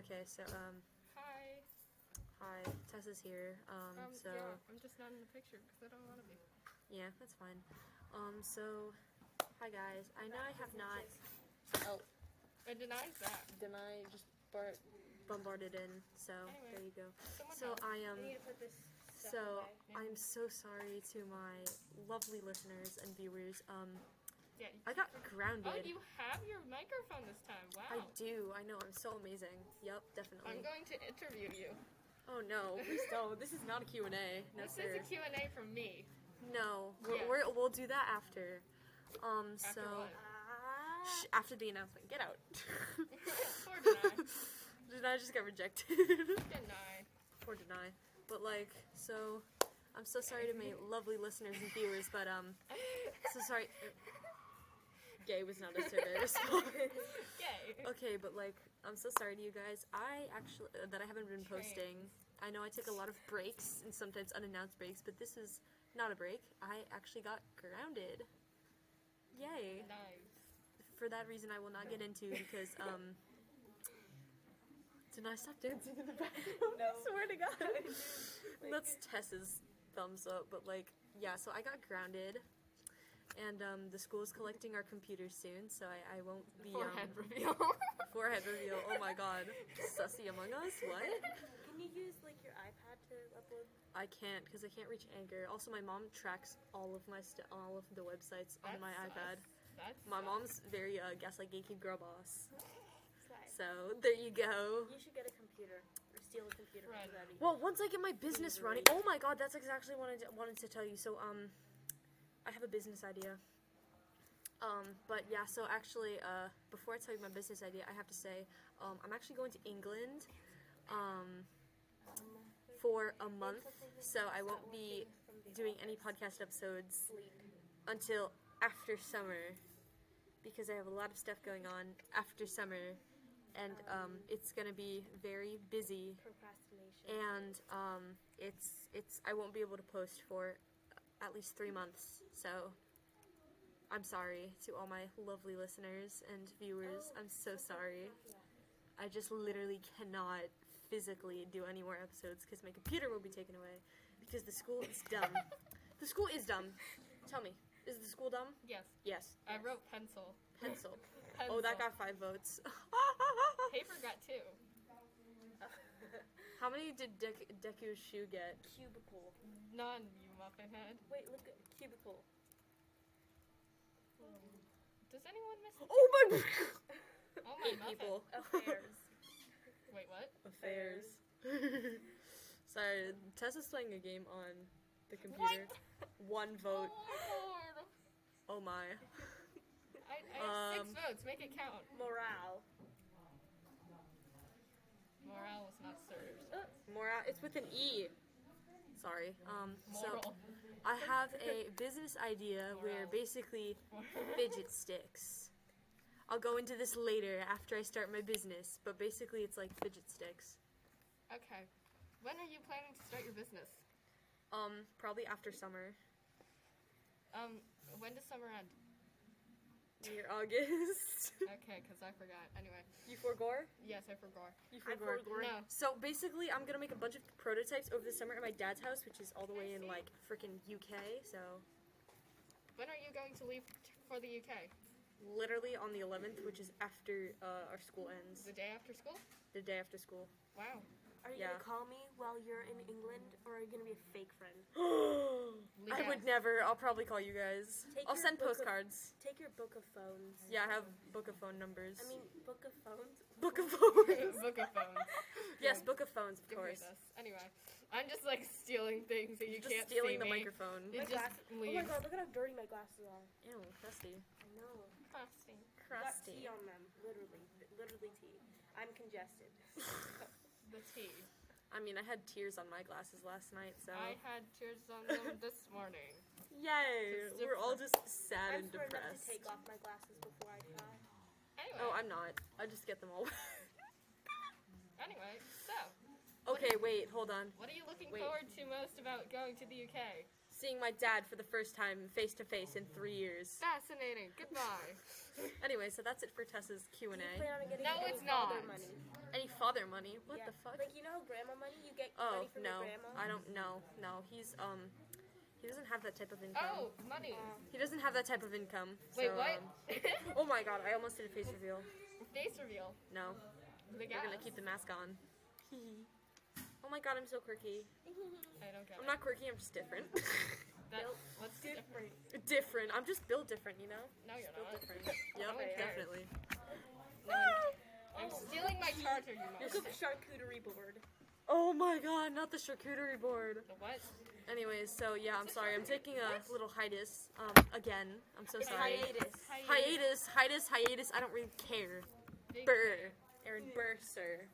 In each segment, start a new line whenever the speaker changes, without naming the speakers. Okay, so um,
Hi.
hi, Tessa's here. Um,
Um,
so
yeah, I'm just not in the picture because I don't want to be.
yeah, that's fine. Um, so hi guys. I know I have not
I denies that.
Then I just Bart.
bombarded in, so there you go.
Someone
So
else.
I um,
We need to put this stuff
so
away.
I'm so sorry to my lovely listeners and viewers. Um,
Yeah, you-
I got
oh,
grounded.
you have your microphone this time.
I
Wow.
do. I know. I'm so amazing. Yep,
I, am
definitely.
going to interview you.
Oh no, so this is not a Q and A. No
this
sir.
is a Q&A from me.
No, we're,
Yeah.
we're, we'll do that after. Um,
After
so
what?
Shh, after the announcement, get out.
Poor Denai.
Did I just get rejected?
Deny.
Poor deny. But like, so I'm so sorry to my lovely listeners and viewers, but um, so sorry. Gay was not a survey response.
Yay.
okay, but like, I'm so sorry to you guys. I actually uh, that I haven't been posting. I know I took a lot of breaks and sometimes unannounced breaks, but this is not a break. I actually got grounded. Yay!
Nice.
for that reason I will not get into because um did I stop dancing in the background? I swear to God. That's Tess's thumbs up, but like yeah, so I got grounded and um, the school's collecting our computers soon, so I, I won't be
Forehead
um,
reveal.
forehead reveal. Oh my god. Sussy among us? What?
Can you use like your iPad to upload?
I can't because I can't reach Anchor. Also my mom tracks all of my st- all of the websites on
That
my
sucks.
iPad.
That's
My mom's very uh, gaslight geeky girl boss.
Slide.
So there you go.
You should get a computer or steal a computer
Right.
from somebody.
Well, once I get my business
Easily.
running, oh my god, that's exactly what I d- wanted to tell you. So, um, I have a business idea. Um, but yeah, so actually, uh, before I tell you my business idea, I have to say, um, I'm actually going to England, um, for a month, so I won't be doing any podcast episodes until after summer, because I have a lot of stuff going on after summer, and um, it's gonna be very busy
Procrastination.
and um, it's it's I won't be able to post for at least three months. So I'm sorry to all my lovely listeners and viewers. I'm so sorry. I just literally cannot physically do any more episodes because my computer will be taken away because the school is dumb. the school is dumb. Tell me, is the school dumb?
Yes.
Yes.
I wrote pencil.
Pencil.
pencil.
Oh, that got five votes.
Paper got two.
How many did Dek- Deku's shoe get?
cubicle.
None, you muffin head.
Wait, look at cubicle.
Does anyone miss?
Oh my!
Oh my muffin.
people.
Affairs.
Wait, what?
Affairs. Sorry, Tessa's playing a game on the computer.
What?
One vote.
Oh, Lord.
Oh my.
I, I have
Um,
six votes. Make it count.
Morale.
Morale was not served.
Mora, it's with an E. Sorry. Um, so
Moral.
I have a business idea where
Moral.
basically fidget sticks. I'll go into this later after I start my business, but basically it's like fidget sticks.
okay. When are you planning to start your business?
Um, probably after summer,
Um, when does summer end?
near August.
Okay, because I forgot. Anyway,
you forgore?
yes, I forgot.
You
I
forgore.
forgore.
No.
So basically, I'm gonna make a bunch of prototypes over the summer at my dad's house, which is all the way in like freaking UK. So
When are you going to leave t- for the UK?
literally on the 11th, which is after uh, our school ends,
The day after school?
the day after school.
Wow.
Are you
Yeah.
gonna call me while you're in England, or are you gonna be a fake friend?
I would never. I'll probably call you guys.
Take
I'll
your
send
book of-
postcards.
Take your book of phones.
Yeah, I have book of phone numbers.
I mean, book of phones.
book of phones.
Book a phone.
yes, book of phones, of
Give me
course.
this. Anyway, I'm just like stealing things that you
Just
can't
stealing
see
the
me.
microphone.
It
My
just
glasses. Oh my
leaves.
god, look at how dirty my glasses are.
Ew, crusty.
I know.
Frosting.
Got
Crusty.
tea on them, literally, literally tea. I'm congested.
The tea.
I mean, I had tears on my glasses last night, so
I had tears on them this morning.
yay!
Just
We're all just sad
I'm
and
smart enough
depressed.
to take off my glasses before I die.
Anyway,
Oh, I'm not. I just get them all.
anyway, so
okay, wait, hold on.
what are you looking
Wait.
forward to most about going to the UK?
Seeing my dad for the first time face to face in three years.
Fascinating. Goodbye.
Anyway, so that's it for Tessa's Q and
Do you
A.
plan on getting
No,
any
it's not.
father money?
Any father money. What
Yeah.
the fuck?
Like you know how grandma money you get
Oh
money from
no,
your grandma.
I don't know. No, he's um, he doesn't have that type of income.
Oh, money.
He doesn't have that type of income.
Wait,
so,
what?
um, oh my god, I almost did a face reveal.
Face reveal.
No,
The
we're gonna
gas.
keep the mask on. oh my god, I'm so quirky.
I don't get
I'm
it.
not quirky. I'm just different.
That,
Nope.
what's the difference?
Different.
different. I'm just built different, you know.
No, you're
Built
not. Oh,
different.
Oh,
No one
Yep,
cares.
definitely.
No one- I'm stealing my charger, you
Look
monster.
up charcuterie board.
Oh my god, not the charcuterie board.
The what?
Anyways, so yeah, I'm sorry. I'm taking a little hiatus. Um, again, I'm so
It's
sorry.
hiatus.
Hiatus, hiatus, hiatus. I don't really care.
Big
Burr. Aaron Burr, sir.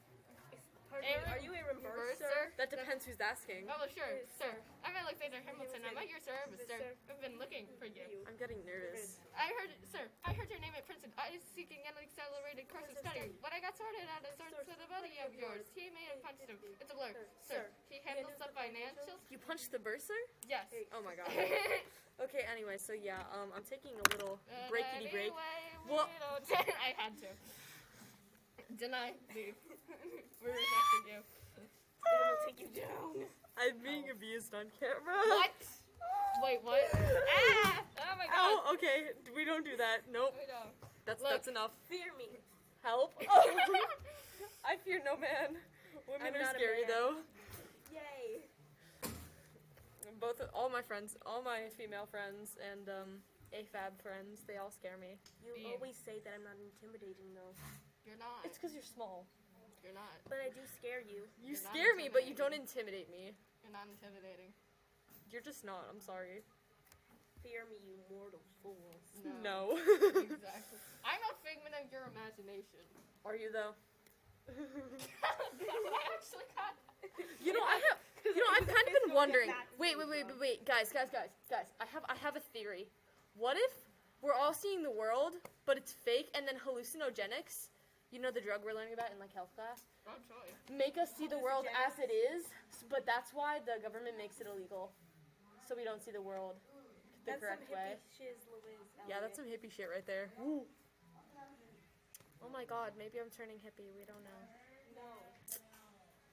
Pardon
Aaron
me, are you a
reverse,
reverser?
sir?
That depends who's asking.
Oh, sure,
Yes,
sir. I'm Alexander Hamilton. I'm at your service,
Yes,
sir.
sir.
I've been looking for you.
I'm getting nervous.
I heard, sir, I heard your name at Princeton. I is seeking an accelerated course of study. When I got started out as sort to the buddy of yours, he made a punch him. It's a blur. Sir, he handles the financials?
You punched the bursar?
Yes.
Oh my god.
Breakity
Okay, anyway, so yeah, um, I'm taking a little breakity break. Well-
I had to. Deny me. We're rejecting you.
It will take you down.
I'm being abused on camera.
What? Wait, what? ah! Oh my god.
Oh, okay. We don't do that. Nope.
We don't.
That's
Look.
that's enough.
Fear me.
Help. I fear no man. Women
I'm
are
not a
scary
man.
though.
Yay.
Both all my friends, all my female friends and um AFAB friends, they all scare me.
You
Fear.
always say that I'm not intimidating though,
You're not.
It's cuz you're small.
You're not.
but I do scare you.
You
You're not
scare me, but you don't intimidate
intimidating.
me.
You're not intimidating.
You're just not. I'm sorry.
Fear me, you mortal fools.
No.
exactly. I'm a figment of your imagination.
Are you though?
I actually got.
You know, I have. You know, I've kind of been wondering. Wait, wait, wait, wait, wait, guys, guys, guys, guys. I have, I have a theory. What if we're all seeing the world, but it's fake, and then hallucinogenics, you know, the drug we're learning about in like health class,
Wrong choice.
make us see the world as it is, s- but that's why the government makes it illegal, so we don't see the world the
That's
correct
some
way.
hippie shiz, Louise.
Yeah, that's some hippie shit right there. Oh my God, maybe I'm turning hippie. We don't know.
No.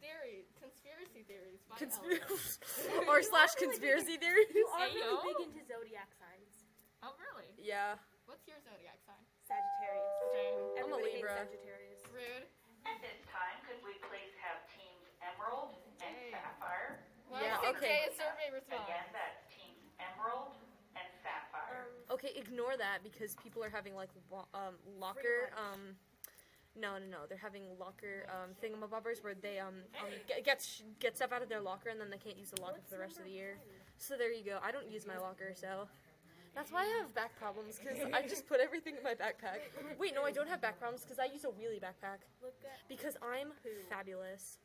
Theory, conspiracy theories. By Elliot.
Conspir- or slash conspiracy theories.
You are
Say
really
yo.
big into zodiac signs.
Oh really?
Yeah.
What's your zodiac sign?
Sagittarius.
Jane.
I'm a
Everybody hates
Libra.
Sagittarius.
Rude.
At this time, could we please have teams Emerald and
Hey.
Sapphire?
Well,
Yeah,
I think
okay.
Jay is survey response.
Again, that's teams Emerald and Sapphire.
Okay, ignore that because people are having like lo- um, locker. Um, no, no, no. They're having locker um, thingamabobbers where they um, um get, get sh- get stuff out of their locker and then they can't use the locker for the rest of the year. So there you go. I don't use my locker, so that's why I have back problems because I just put everything in my backpack. Wait, no, I don't have back problems because I use a wheelie backpack
Look at
because I'm fabulous.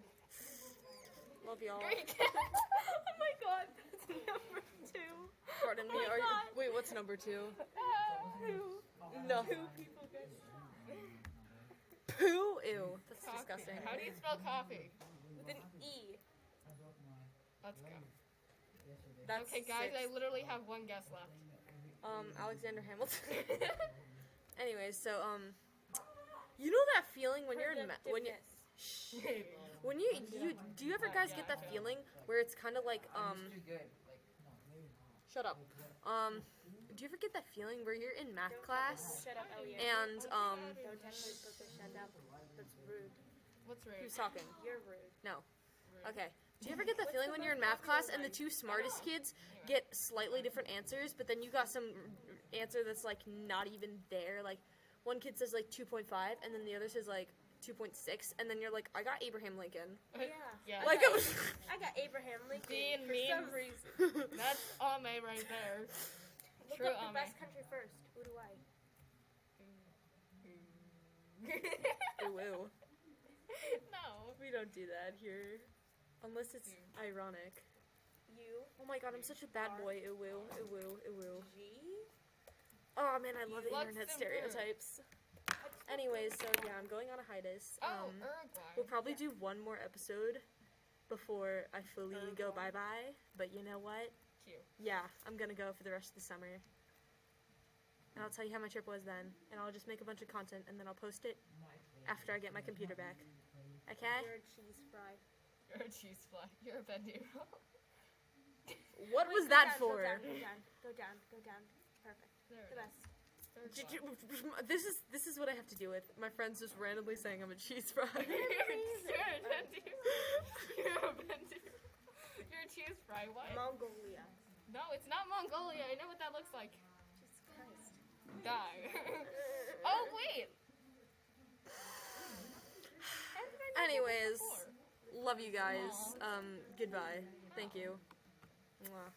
Love y'all.
Greek.
Oh my god, that's number two.
Pardon me.
Oh my
Are you-
God.
wait, what's number two?
Two.
No.
Two people get
Poo. Ew. That's
Coffee.
disgusting.
How do you spell coffee?
with an E.
Let's go.
That's
Okay, guys,
six.
I literally have one guess left.
um, Alexander Hamilton. Anyways, so um, you know that feeling when you're in ma- when you
Productiveness.
Shh. when you you do you ever guys get that feeling where it's kind of like um
It's too good. Like, no, maybe not.
shut up um do you ever get that feling where you're in math class
Shut up, Elliot.
and um
Don't tell me to shut up. That's rude.
What's rude?
who's talking
You're rude.
okay do you ever get that feeling when you're in math class and the two smartest kids get slightly different answers but then you got some r- answer that's like not even there like one kid says like 2.5 and then the other says like 2.6 and then you're like I got Abraham Lincoln
Yeah.
Yeah.
like
I got Abraham
Being
Lincoln for some
memes.
reason.
That's Ame right there.
Look
True
up the
Ame.
best country first. Uruguay.
Ew, ew.
no.
We don't do that here. Mm. Unless it's ironic.
U
Oh my god, I'm such a bad boy. Ew, ew, ew, ew, ew.
G.
Oh man, I love
You love
internet
some
stereotypes. Anyways, so yeah, I'm going on a hiatus.
Oh,
Um,
Uruguay.
we'll probably do one more episode before I fully
Oh,
go bye bye. But you know what?
Cute.
Yeah, I'm gonna go for the rest of the summer. And I'll tell you how my trip was then. And I'll just make a bunch of content and then I'll post it after I get my computer back. Okay?
You're a cheese fry.
You're a cheese fly. You're a bandero.
What
Wait,
was
go
that
down,
for?
Go down, go down, go down, go down. Perfect.
There it
The best.
is.
J-
Third
j- This is this is what I have to deal with. My friends just randomly saying I'm a cheese fry.
fly. You're a bandero. You're a bandero. You're a cheese fry. What?
Mongolia.
No, it's not Mongolia. I know what that looks like.
Jesus Christ.
Die. oh wait. How did I not know this
Anyways,
before?
Love you guys. Um, goodbye. Thank you. Mwah.